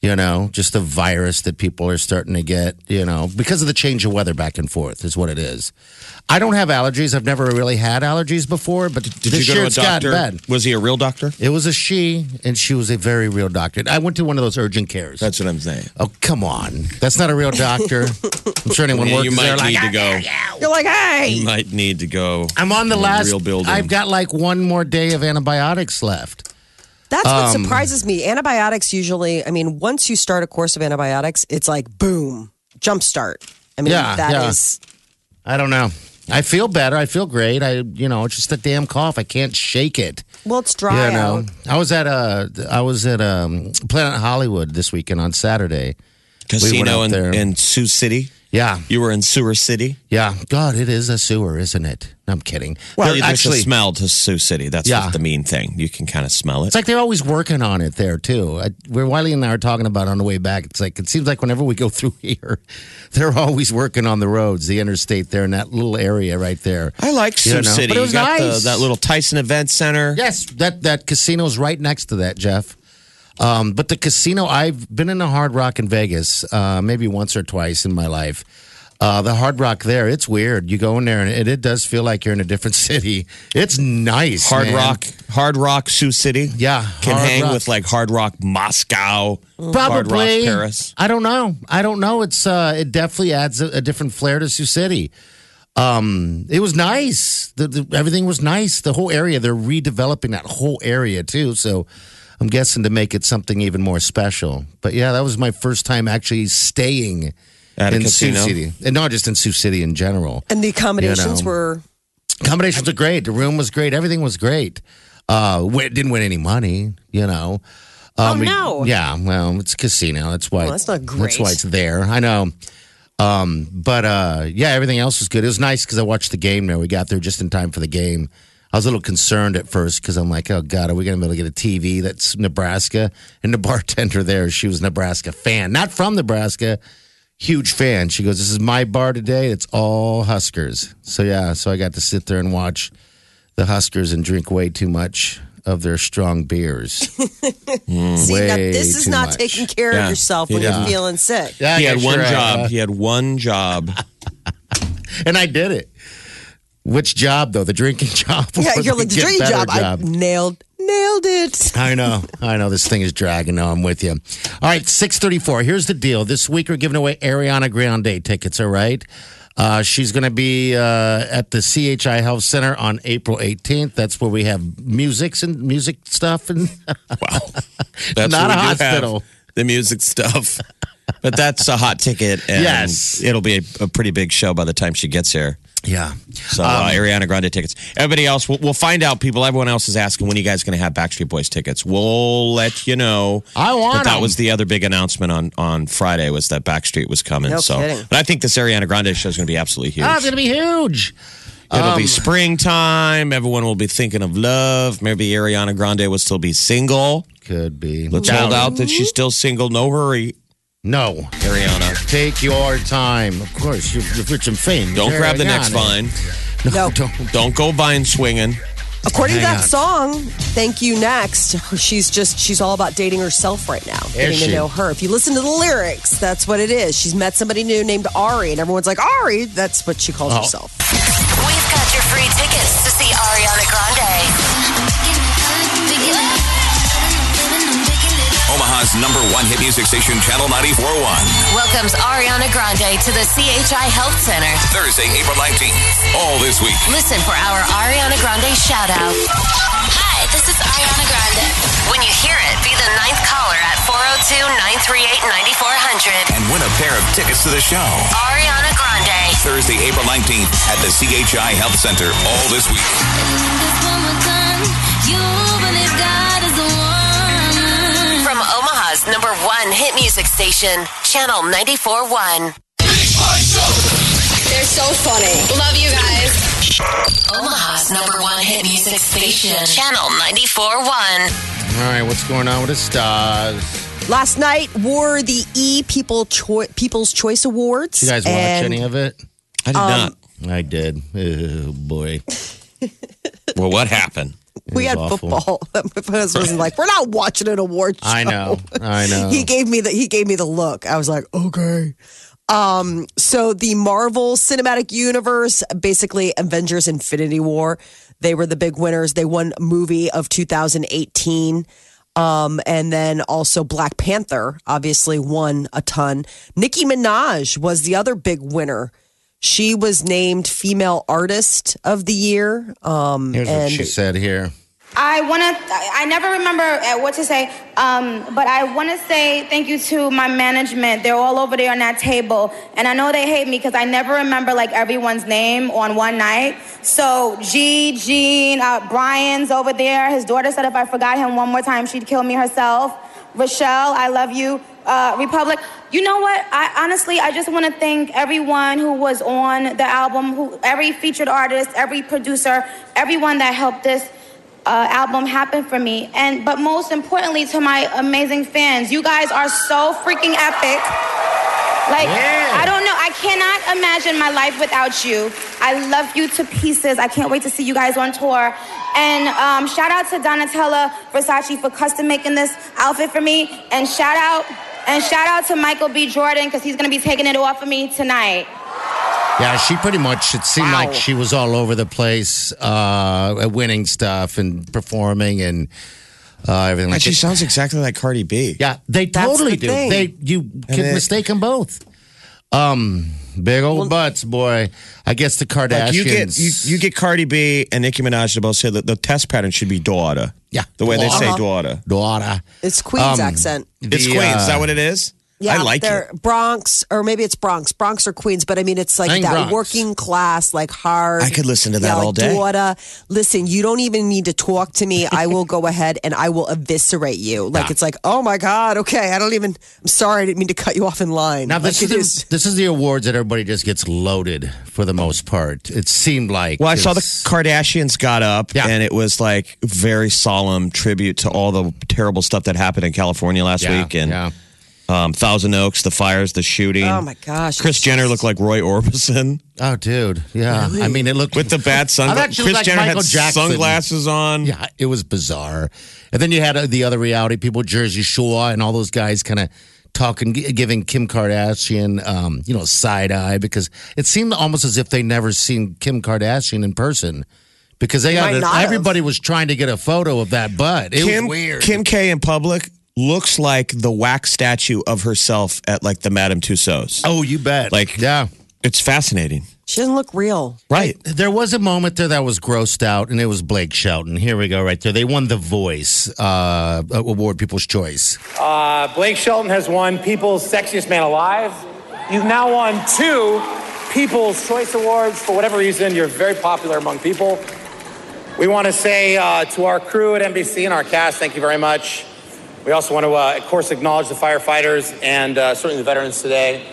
[SPEAKER 3] You know, just a virus that people are starting to get. You know, because of the change of weather back and forth is what it is. I don't have allergies. I've never really had allergies before, but
[SPEAKER 4] Did
[SPEAKER 3] this
[SPEAKER 4] you
[SPEAKER 3] year
[SPEAKER 4] go
[SPEAKER 3] it's
[SPEAKER 4] to a doctor?
[SPEAKER 3] gotten bad.
[SPEAKER 4] Was he a real doctor?
[SPEAKER 3] It was a she, and she was a very real doctor. I went to one of those urgent cares.
[SPEAKER 4] That's what I'm saying.
[SPEAKER 3] Oh, come on. That's not a real doctor. I'm sure anyone
[SPEAKER 4] [LAUGHS] Yeah,
[SPEAKER 3] works
[SPEAKER 4] you
[SPEAKER 3] there
[SPEAKER 4] might
[SPEAKER 3] like,
[SPEAKER 4] need to go.
[SPEAKER 2] You're like, hey.
[SPEAKER 3] Mm,
[SPEAKER 4] You might need to go.
[SPEAKER 3] I'm on the
[SPEAKER 4] in
[SPEAKER 3] last.
[SPEAKER 4] real building.
[SPEAKER 3] I've got like one more day of antibiotics left.
[SPEAKER 2] That's
[SPEAKER 3] um,
[SPEAKER 2] what surprises me. Antibiotics usually, I mean, once you start a course of antibiotics, it's like boom, jump start. I mean,
[SPEAKER 3] Yeah,
[SPEAKER 2] that
[SPEAKER 3] yeah.
[SPEAKER 2] is
[SPEAKER 3] I don't know. I feel better. I feel great. I, you know, it's just that damn cough. I can't shake it.
[SPEAKER 2] well, it's dry
[SPEAKER 3] you know,
[SPEAKER 2] out.
[SPEAKER 3] I was at uh, I was at um, Planet Hollywood this weekend on Saturday. We went
[SPEAKER 4] casino
[SPEAKER 3] out
[SPEAKER 4] in,
[SPEAKER 3] there.
[SPEAKER 4] in Sioux City.
[SPEAKER 3] Yeah.
[SPEAKER 4] You were in Sewer City.
[SPEAKER 3] Yeah. God, it is a sewer, isn't it? No, I'm kidding.
[SPEAKER 4] Well,
[SPEAKER 3] They're
[SPEAKER 4] there's a smell to Sioux City. That's
[SPEAKER 3] Yeah.
[SPEAKER 4] the mean thing. You can kind of smell it.
[SPEAKER 3] It's like they're always working on it there too. I, where Wiley and I are talking about on the way back, it's like it seems like whenever we go [LAUGHS] through here, they're always working on the roads, the interstate there, in that little area right there.
[SPEAKER 4] I like Sioux
[SPEAKER 3] You know,
[SPEAKER 4] City.
[SPEAKER 3] but it was
[SPEAKER 4] you got the-
[SPEAKER 3] nice.
[SPEAKER 4] that little Tyson Event Center.
[SPEAKER 3] Yes, that that casino's right next to that, Jeff. Um, but the casino, I've been in a Hard Rock in Vegas, uh, maybe once or twice in my life. Uh, the Hard Rock there, it's weird. You go in there and it, it does feel like you're in a different [LAUGHS] city. It's nice.
[SPEAKER 4] Hard
[SPEAKER 3] man.
[SPEAKER 4] Rock, Hard Rock, Sioux City.
[SPEAKER 3] Yeah,
[SPEAKER 4] can
[SPEAKER 3] Hard
[SPEAKER 4] hang
[SPEAKER 3] Rock.
[SPEAKER 4] with like Hard Rock Moscow, Hard Rock
[SPEAKER 3] Probably.
[SPEAKER 4] Paris.
[SPEAKER 3] I don't know. I don't know. It's uh, it definitely adds a, a different flair to Sioux City. Um, it was nice. The, the, everything was nice. The whole area. They're redeveloping that whole area too. So I'm guessing to make it something even more special. But yeah, that was my first time actually staying
[SPEAKER 4] At a
[SPEAKER 3] in Sioux
[SPEAKER 4] casino?
[SPEAKER 3] City, and not just in Sioux City in general.
[SPEAKER 2] And the accommodations
[SPEAKER 3] You know.
[SPEAKER 2] were
[SPEAKER 3] Combinations are great. The room was great. Everything was great. Uh, w- didn't win any money, you know.
[SPEAKER 2] Oh,
[SPEAKER 3] Um, we-
[SPEAKER 2] no.
[SPEAKER 3] yeah, well, it's a casino. That's why.
[SPEAKER 2] Well, that's not
[SPEAKER 3] That's
[SPEAKER 2] great.
[SPEAKER 3] why it's there. I know. Um, but uh, yeah, everything else was good. It was nice because I watched the game. There, we got there just in time for the game. I was a little concerned at first because I'm like, oh god, are we going to be able to get a TV that's Nebraska? And the bartender there, she was a Nebraska fan, not from Nebraska, huge fan. She goes, "This is my bar today. It's all Huskers." So yeah, so I got to sit there and watch the Huskers and drink way too much of their strong
[SPEAKER 2] [LAUGHS]
[SPEAKER 3] beers.
[SPEAKER 2] See, now,
[SPEAKER 3] Way
[SPEAKER 2] this is
[SPEAKER 3] too
[SPEAKER 2] not
[SPEAKER 3] much.
[SPEAKER 2] taking care of
[SPEAKER 4] Yeah.
[SPEAKER 2] yourself when you're feeling sick.
[SPEAKER 3] Yeah,
[SPEAKER 4] He
[SPEAKER 3] yeah,
[SPEAKER 4] had
[SPEAKER 3] sure,
[SPEAKER 4] one
[SPEAKER 3] I-
[SPEAKER 4] job.
[SPEAKER 3] uh,
[SPEAKER 4] he had
[SPEAKER 3] [LAUGHS]
[SPEAKER 4] one job.
[SPEAKER 3] and I did it. Which job though? The drinking [LAUGHS] job.
[SPEAKER 2] Yeah,
[SPEAKER 3] or
[SPEAKER 2] you're like the
[SPEAKER 3] get
[SPEAKER 2] dream
[SPEAKER 3] better
[SPEAKER 2] job. I nailed nailed it.
[SPEAKER 3] I know. I know this thing is dragging. No, I'm with you. All right, 634. Here's the deal. This week we're giving away Ariana Grande tickets, all right? Uh, she's going to be uh, at the CHI Health Center on April 18th. That's where we have musics and music stuff. And [LAUGHS]
[SPEAKER 4] Wow, that's
[SPEAKER 3] Not
[SPEAKER 4] what
[SPEAKER 3] a
[SPEAKER 4] we do have,
[SPEAKER 3] hospital.
[SPEAKER 4] the music stuff, but that's a hot ticket. And
[SPEAKER 3] Yes.
[SPEAKER 4] it'll be a, a pretty big show by the time she gets here.
[SPEAKER 3] yeah,
[SPEAKER 4] So uh, Ariana Grande tickets. Everybody else, we'll, we'll find out. People, everyone else is asking when are you guys going to have Backstreet Boys tickets. We'll let you know.
[SPEAKER 3] I want
[SPEAKER 4] But that
[SPEAKER 3] 'em.
[SPEAKER 4] was the other big announcement on on Friday was that Backstreet was coming.
[SPEAKER 2] No
[SPEAKER 4] so,
[SPEAKER 2] kidding.
[SPEAKER 4] but I think this Ariana Grande show is going to be absolutely huge.
[SPEAKER 3] Ah, it's going to be huge.
[SPEAKER 4] It'll be springtime. Everyone will be thinking of love. Maybe Ariana Grande will still be single.
[SPEAKER 3] Could be.
[SPEAKER 4] Let's hold out that she's still single. No hurry,
[SPEAKER 3] No.
[SPEAKER 4] Ariana.
[SPEAKER 3] Take your time. Of course, you're, you're rich and fame.
[SPEAKER 4] Don't grab the next
[SPEAKER 3] Ariana.
[SPEAKER 4] vine.
[SPEAKER 2] No.
[SPEAKER 3] Don't.
[SPEAKER 4] Don't go vine swinging.
[SPEAKER 2] According to
[SPEAKER 3] Hang
[SPEAKER 2] that song, Thank You Next, she's just, she's all about dating herself right now, getting
[SPEAKER 3] she?
[SPEAKER 2] to know her. If you listen to the lyrics, that's what it is. She's met somebody new named Ari, and everyone's like, Ari, that's what she calls
[SPEAKER 3] Oh.
[SPEAKER 2] herself.
[SPEAKER 6] We've got your free tickets to see Ariana Grande.
[SPEAKER 1] Omaha's number one hit music station, Channel 941.
[SPEAKER 6] Welcomes Ariana Grande to the CHI Health Center.
[SPEAKER 1] Thursday, April 19th. All this week.
[SPEAKER 6] Listen for our Ariana Grande shout out. Hi, this is Ariana Grande. When you hear it, be the ninth caller at 402 938 9400.
[SPEAKER 1] And win a pair of tickets to the show.
[SPEAKER 6] Ariana Grande.
[SPEAKER 1] Thursday, April 19th at the CHI Health Center. All this week.
[SPEAKER 6] From Omaha's number one hit music station, Channel 94.1.
[SPEAKER 7] They're so funny. Love you guys.
[SPEAKER 6] Omaha's number one hit music station, Channel 94.1.
[SPEAKER 3] All right, what's going on with the stars?
[SPEAKER 2] Last night wore the E People Choi- People's Choice Awards.
[SPEAKER 3] You guys watch
[SPEAKER 2] and
[SPEAKER 3] any of it?
[SPEAKER 4] I did not.
[SPEAKER 3] I did. Oh boy.
[SPEAKER 4] Well, what happened?
[SPEAKER 2] We
[SPEAKER 3] It
[SPEAKER 2] had
[SPEAKER 3] was awful.
[SPEAKER 2] football. [LAUGHS] My husband was like, "We're not watching an award show."
[SPEAKER 3] [LAUGHS] I know. I know.
[SPEAKER 2] he gave me the he gave me the look. I was like, okay. Um, so the Marvel Cinematic Universe, basically Avengers Infinity War, they were the big winners. They won movie of 2018. Um, and then also Black Panther obviously won a ton. Nicki Minaj was the other big winner. She was named Female Artist of the Year. Um,
[SPEAKER 3] Here's what
[SPEAKER 2] and
[SPEAKER 3] she said here.
[SPEAKER 8] I want to, I never remember uh, what to say, um, but I want to say thank you to my management. They're all over there on that table. And I know they hate me because I never remember like everyone's name on one night. So G, Gene, uh, Brian's over there. His daughter said if I forgot him one more time, she'd kill me herself. Rochelle, I love you. uh, Republic. You know what? I honestly, I just want to thank everyone who was on the album, who every featured artist, every producer, everyone that helped this uh, album happen for me. And but most importantly, to my amazing fans, you guys are so freaking epic. Like I don't know, I cannot imagine my life without you. I love you to pieces. I can't wait to see you guys on tour. And um, shout out to Donatella Versace for custom making this outfit for me. And shout out and shout out to Michael B. Jordan because he's gonna be taking it off of me tonight.
[SPEAKER 3] Yeah, she pretty much, it seemed like she was all over the place, uh, winning stuff and performing and uh, everything like
[SPEAKER 4] And she
[SPEAKER 3] that.
[SPEAKER 4] sounds exactly like Cardi B.
[SPEAKER 3] Yeah, they
[SPEAKER 2] That's
[SPEAKER 3] totally
[SPEAKER 2] the
[SPEAKER 3] do.
[SPEAKER 2] thing.
[SPEAKER 3] They you can
[SPEAKER 4] it-
[SPEAKER 3] mistake them both. Um, big old butts, boy. I guess the Kardashians.
[SPEAKER 4] Like you get you, you get Cardi B and Nicki Minaj to both say that the test pattern should be daughter.
[SPEAKER 3] Yeah.
[SPEAKER 4] the way they say
[SPEAKER 2] Uh-huh.
[SPEAKER 4] daughter.
[SPEAKER 3] daughter.
[SPEAKER 2] It's Queens
[SPEAKER 3] Um,
[SPEAKER 2] accent.
[SPEAKER 4] It's
[SPEAKER 3] The,
[SPEAKER 4] Queens.
[SPEAKER 3] uh,
[SPEAKER 4] is that what it is? I like
[SPEAKER 2] they're
[SPEAKER 4] it.
[SPEAKER 2] Bronx, or maybe it's Bronx, Bronx or Queens, but I mean, it's like
[SPEAKER 3] I think
[SPEAKER 2] that
[SPEAKER 3] Bronx.
[SPEAKER 2] working class, like hard.
[SPEAKER 4] I could listen to that
[SPEAKER 2] yeah, like
[SPEAKER 4] all day.
[SPEAKER 2] Daughter, listen, you don't even need to talk to me. I will go ahead and I will eviscerate you. Like it's like, oh my god, okay, I don't even. I'm sorry, I didn't mean to cut you off in line.
[SPEAKER 3] Now this
[SPEAKER 2] like, it
[SPEAKER 3] is the, this is the awards that everybody just gets loaded for the most part. It seemed like.
[SPEAKER 4] Well, I saw the
[SPEAKER 3] It's-
[SPEAKER 4] Kardashians got up,
[SPEAKER 3] Yeah.
[SPEAKER 4] and it was like very solemn tribute to all the terrible stuff that happened in California last
[SPEAKER 3] yeah,
[SPEAKER 4] week, and
[SPEAKER 3] yeah.
[SPEAKER 4] um, Thousand Oaks, the fires, the shooting.
[SPEAKER 2] Oh my gosh,
[SPEAKER 4] Chris Jenner looked like Roy Orbison [LAUGHS]
[SPEAKER 3] Oh, dude. Yeah. I mean, it looked
[SPEAKER 4] with the bad
[SPEAKER 3] I thought
[SPEAKER 4] sunglasses.
[SPEAKER 3] she looked
[SPEAKER 4] Chris
[SPEAKER 3] like
[SPEAKER 4] Jenner
[SPEAKER 3] Michael
[SPEAKER 4] had
[SPEAKER 3] Jackson.
[SPEAKER 4] sunglasses on.
[SPEAKER 3] Yeah, it was bizarre. And then you had uh, the other reality people, Jersey Shore, and all those guys kind of talking, gi- giving Kim Kardashian, um, you know, side eye because it seemed almost as if they never seen Kim Kardashian in person because they got
[SPEAKER 2] might
[SPEAKER 3] a-
[SPEAKER 2] not have.
[SPEAKER 3] everybody was trying to get a photo of that butt. It
[SPEAKER 4] Kim,
[SPEAKER 3] was weird.
[SPEAKER 4] Kim K in public looks like the wax statue of herself at like the Madame Tussauds.
[SPEAKER 3] oh, you bet.
[SPEAKER 4] Like-
[SPEAKER 3] yeah.
[SPEAKER 4] It's fascinating.
[SPEAKER 2] she doesn't look real.
[SPEAKER 4] Right.
[SPEAKER 3] There was a moment there that was grossed out, and it was Blake Shelton. Here we go, right there. They won the Voice uh, Award, People's Choice.
[SPEAKER 9] Uh, Blake Shelton has won People's Sexiest Man Alive. You've now won two People's Choice Awards. For whatever reason, you're very popular among people. We want to say uh, to our crew at NBC and our cast, thank you very much. We also want to, uh, of course, acknowledge the firefighters and uh, certainly the veterans today.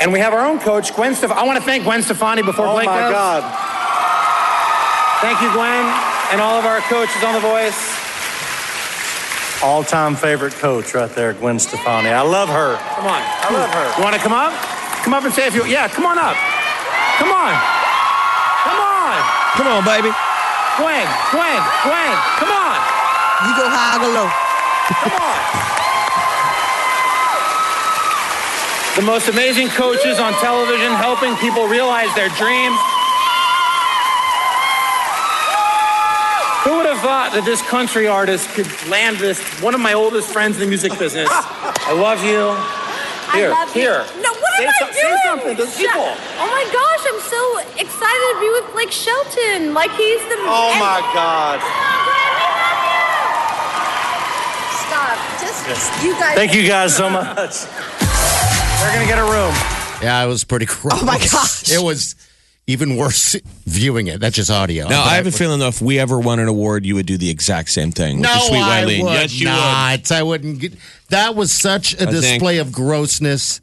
[SPEAKER 9] And we have our own coach, Gwen Stefani. I want to thank Gwen Stefani before Blake
[SPEAKER 10] Oh my
[SPEAKER 9] does.
[SPEAKER 10] God.
[SPEAKER 9] Thank you, Gwen, and all of our coaches on The Voice.
[SPEAKER 10] All time favorite coach right there, Gwen Stefani. I love her.
[SPEAKER 9] Come on.
[SPEAKER 10] I love her.
[SPEAKER 9] You want to come up? Come up and say if you. Yeah, come on up. Come on. Come on.
[SPEAKER 4] Come on, baby.
[SPEAKER 9] Gwen, Gwen, Gwen. Come on.
[SPEAKER 2] You go high, I go low.
[SPEAKER 9] Come on. The most amazing coaches on television helping people realize their dreams. Who would have thought that this country artist could land this? One of my oldest friends in the music business.
[SPEAKER 10] [LAUGHS]
[SPEAKER 9] I love you. Here,
[SPEAKER 7] I love
[SPEAKER 9] here.
[SPEAKER 7] You. No, what
[SPEAKER 9] Say
[SPEAKER 7] am I
[SPEAKER 9] some-
[SPEAKER 7] doing?
[SPEAKER 9] say something to the
[SPEAKER 7] Shut-
[SPEAKER 9] people.
[SPEAKER 7] Oh my gosh, I'm so excited to be with Blake Shelton. Like he's the.
[SPEAKER 10] Oh my God.
[SPEAKER 7] Stop. Just you guys.
[SPEAKER 10] Thank you guys so much. They're going to get a room.
[SPEAKER 3] Yeah, it was pretty gross.
[SPEAKER 2] Oh, my gosh.
[SPEAKER 3] It was even worse viewing it. That's just audio.
[SPEAKER 4] Now, I have a feeling though, if we ever won an award, you would do the exact same thing. with
[SPEAKER 3] No,
[SPEAKER 4] the sweet
[SPEAKER 3] I
[SPEAKER 4] Wileen.
[SPEAKER 3] would
[SPEAKER 4] Yes, you would.
[SPEAKER 3] not. I wouldn't. Get, that was such a
[SPEAKER 4] I think-
[SPEAKER 3] display of grossness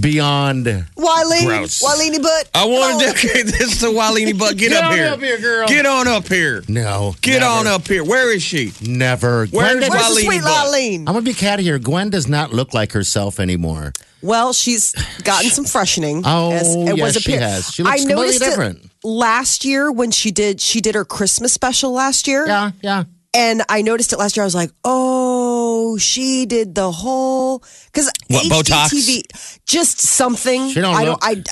[SPEAKER 3] beyond.
[SPEAKER 2] Wiley,
[SPEAKER 3] Gross.
[SPEAKER 2] Wiley butt.
[SPEAKER 4] I want to [LAUGHS]
[SPEAKER 2] Come on.
[SPEAKER 4] dedicate this to Wileen Buck.
[SPEAKER 3] [LAUGHS]
[SPEAKER 4] Get,
[SPEAKER 3] Get
[SPEAKER 4] up
[SPEAKER 3] on
[SPEAKER 4] here.
[SPEAKER 3] up here, girl.
[SPEAKER 4] Get on up here.
[SPEAKER 3] No.
[SPEAKER 4] Get
[SPEAKER 3] never,
[SPEAKER 4] on up here. Where is she?
[SPEAKER 3] Never.
[SPEAKER 4] Where
[SPEAKER 3] Gwen
[SPEAKER 4] did-
[SPEAKER 2] Where's the
[SPEAKER 4] Wileen
[SPEAKER 2] sweet
[SPEAKER 4] butt.
[SPEAKER 2] Wileen?
[SPEAKER 3] I'm gonna be cat here. Gwen does not look like herself anymore.
[SPEAKER 2] Well, she's gotten some freshening.
[SPEAKER 3] Oh,
[SPEAKER 2] as it
[SPEAKER 3] yes,
[SPEAKER 2] was a
[SPEAKER 3] she
[SPEAKER 2] pe-
[SPEAKER 3] has. She looks
[SPEAKER 2] I
[SPEAKER 3] completely
[SPEAKER 2] noticed it
[SPEAKER 3] different.
[SPEAKER 2] last year when she did she did her Christmas special last year.
[SPEAKER 3] Yeah, yeah.
[SPEAKER 2] And I noticed it last year. I was like, oh, she did the whole because
[SPEAKER 4] What, Botox?
[SPEAKER 2] HGTV, just something.
[SPEAKER 3] She don't
[SPEAKER 2] I
[SPEAKER 3] look-
[SPEAKER 2] don't.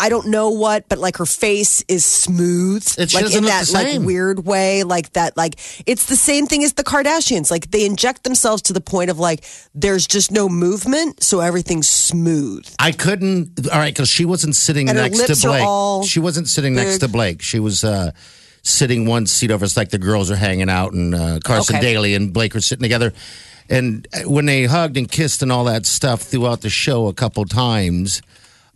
[SPEAKER 2] I, I don't know what, but like her face is smooth,
[SPEAKER 3] It- she
[SPEAKER 2] like
[SPEAKER 3] doesn't
[SPEAKER 2] in
[SPEAKER 3] look
[SPEAKER 2] that
[SPEAKER 3] the
[SPEAKER 2] like
[SPEAKER 3] same.
[SPEAKER 2] weird way, like that. Like it's the same thing as the Kardashians. Like they inject themselves to the point of like there's just no movement, so everything's smooth.
[SPEAKER 3] I couldn't. All right, because she wasn't sitting
[SPEAKER 2] And her
[SPEAKER 3] next
[SPEAKER 2] lips
[SPEAKER 3] to
[SPEAKER 2] are
[SPEAKER 3] Blake.
[SPEAKER 2] all
[SPEAKER 3] she wasn't sitting next
[SPEAKER 2] big.
[SPEAKER 3] to Blake. She was uh, sitting one seat over. It's like the girls are hanging out, and uh, Carson
[SPEAKER 2] Okay.
[SPEAKER 3] Daly and Blake are sitting together. And uh, when they hugged and kissed and all that stuff throughout the show a couple times,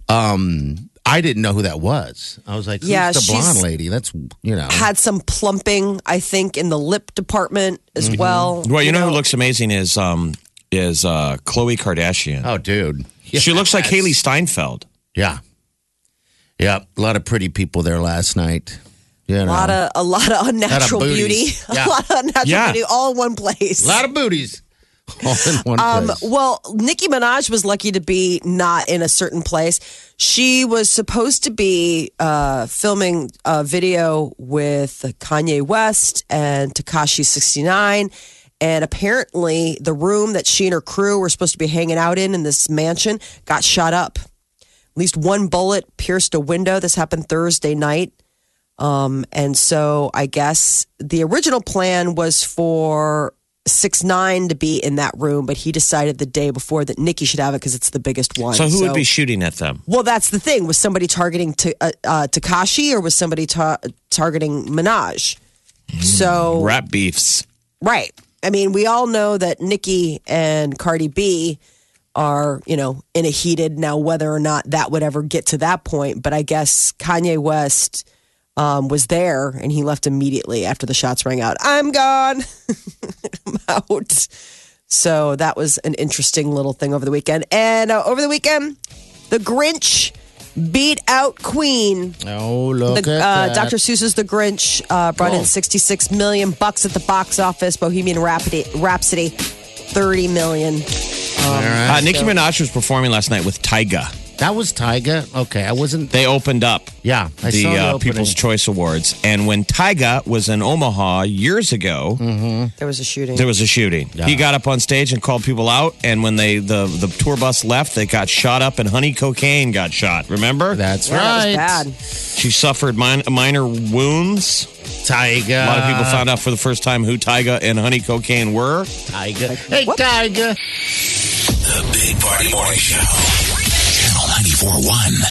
[SPEAKER 3] um, I didn't know who that was. I was like, "Who's
[SPEAKER 2] Yeah,
[SPEAKER 3] the blonde
[SPEAKER 2] she's-
[SPEAKER 3] lady?" That's you know.
[SPEAKER 2] Had some
[SPEAKER 3] Mm-hmm.
[SPEAKER 2] plumping, I think, in the lip department as well.
[SPEAKER 4] Well, you know, who looks amazing is um, is uh, Khloe Kardashian.
[SPEAKER 3] Oh, dude.
[SPEAKER 4] She looks like Haley Steinfeld.
[SPEAKER 3] Yeah. Yeah. A lot of pretty people there last night. You
[SPEAKER 2] A
[SPEAKER 3] know.
[SPEAKER 2] lot of a lot of unnatural beauty, [LAUGHS]
[SPEAKER 3] booties. Yeah.
[SPEAKER 2] a lot of unnatural
[SPEAKER 3] Yeah.
[SPEAKER 2] beauty, all in one place.
[SPEAKER 3] A lot of booties. [LAUGHS] All in one
[SPEAKER 2] Um,
[SPEAKER 3] place.
[SPEAKER 2] well, Nicki Minaj was lucky to be not in a certain place. She was supposed to be uh, filming a video with Kanye West and Takashi 69. And apparently, the room that she and her crew were supposed to be hanging out in in this mansion got shot up. At least one bullet pierced a window. This happened Thursday night. Um, and so I guess the original plan was for six nine to be in that room, but he decided the day before that Nikki should have it because it's the biggest one.
[SPEAKER 4] So who would be shooting at them?
[SPEAKER 2] Well, that's the thing. Was somebody targeting to, uh, uh, Takashi or was somebody ta- targeting Minaj?
[SPEAKER 4] Hmm.
[SPEAKER 2] So
[SPEAKER 4] Rap beefs.
[SPEAKER 2] Right. I mean, we all know that Nikki and Cardi B are, you know, in a heated now, whether or not that would ever get to that point. But I guess Kanye West um, was there and he left immediately after the shots rang out. I'm gone. [LAUGHS] I'm out. So that was an interesting little thing over the weekend. And uh, over the weekend, the Grinch beat out Queen.
[SPEAKER 3] Oh, look
[SPEAKER 2] The,
[SPEAKER 3] at
[SPEAKER 2] uh,
[SPEAKER 3] that.
[SPEAKER 2] Dr. Seuss's The Grinch uh, brought in
[SPEAKER 3] Cool.
[SPEAKER 2] 66 million bucks at the box office. Bohemian Rhapsody, Rhapsody 30 million. Um,
[SPEAKER 4] uh, Nicki Minaj was performing last night with Tyga.
[SPEAKER 3] That was Tyga. Okay, I wasn't.
[SPEAKER 4] They opened up.
[SPEAKER 3] Yeah, I
[SPEAKER 4] the,
[SPEAKER 3] saw the
[SPEAKER 4] uh,
[SPEAKER 3] opening.
[SPEAKER 4] People's Choice Awards, and when Tyga was in Omaha years ago,
[SPEAKER 3] Mm-hmm.
[SPEAKER 2] There was a shooting.
[SPEAKER 4] there was a shooting. He got up on stage and called people out, and when they the the tour bus left, they got shot up, and Honey Cocaine got shot. Remember? That's
[SPEAKER 2] Yeah, that was right. bad.
[SPEAKER 4] She suffered min- minor wounds.
[SPEAKER 3] Tyga. Uh,
[SPEAKER 4] A lot of people
[SPEAKER 3] Ah.
[SPEAKER 4] found out for the first time who Tyga and Honey Cocaine were.
[SPEAKER 3] Tyga. Hey, Tiger.
[SPEAKER 1] The Big Party Morning Show. Channel 941.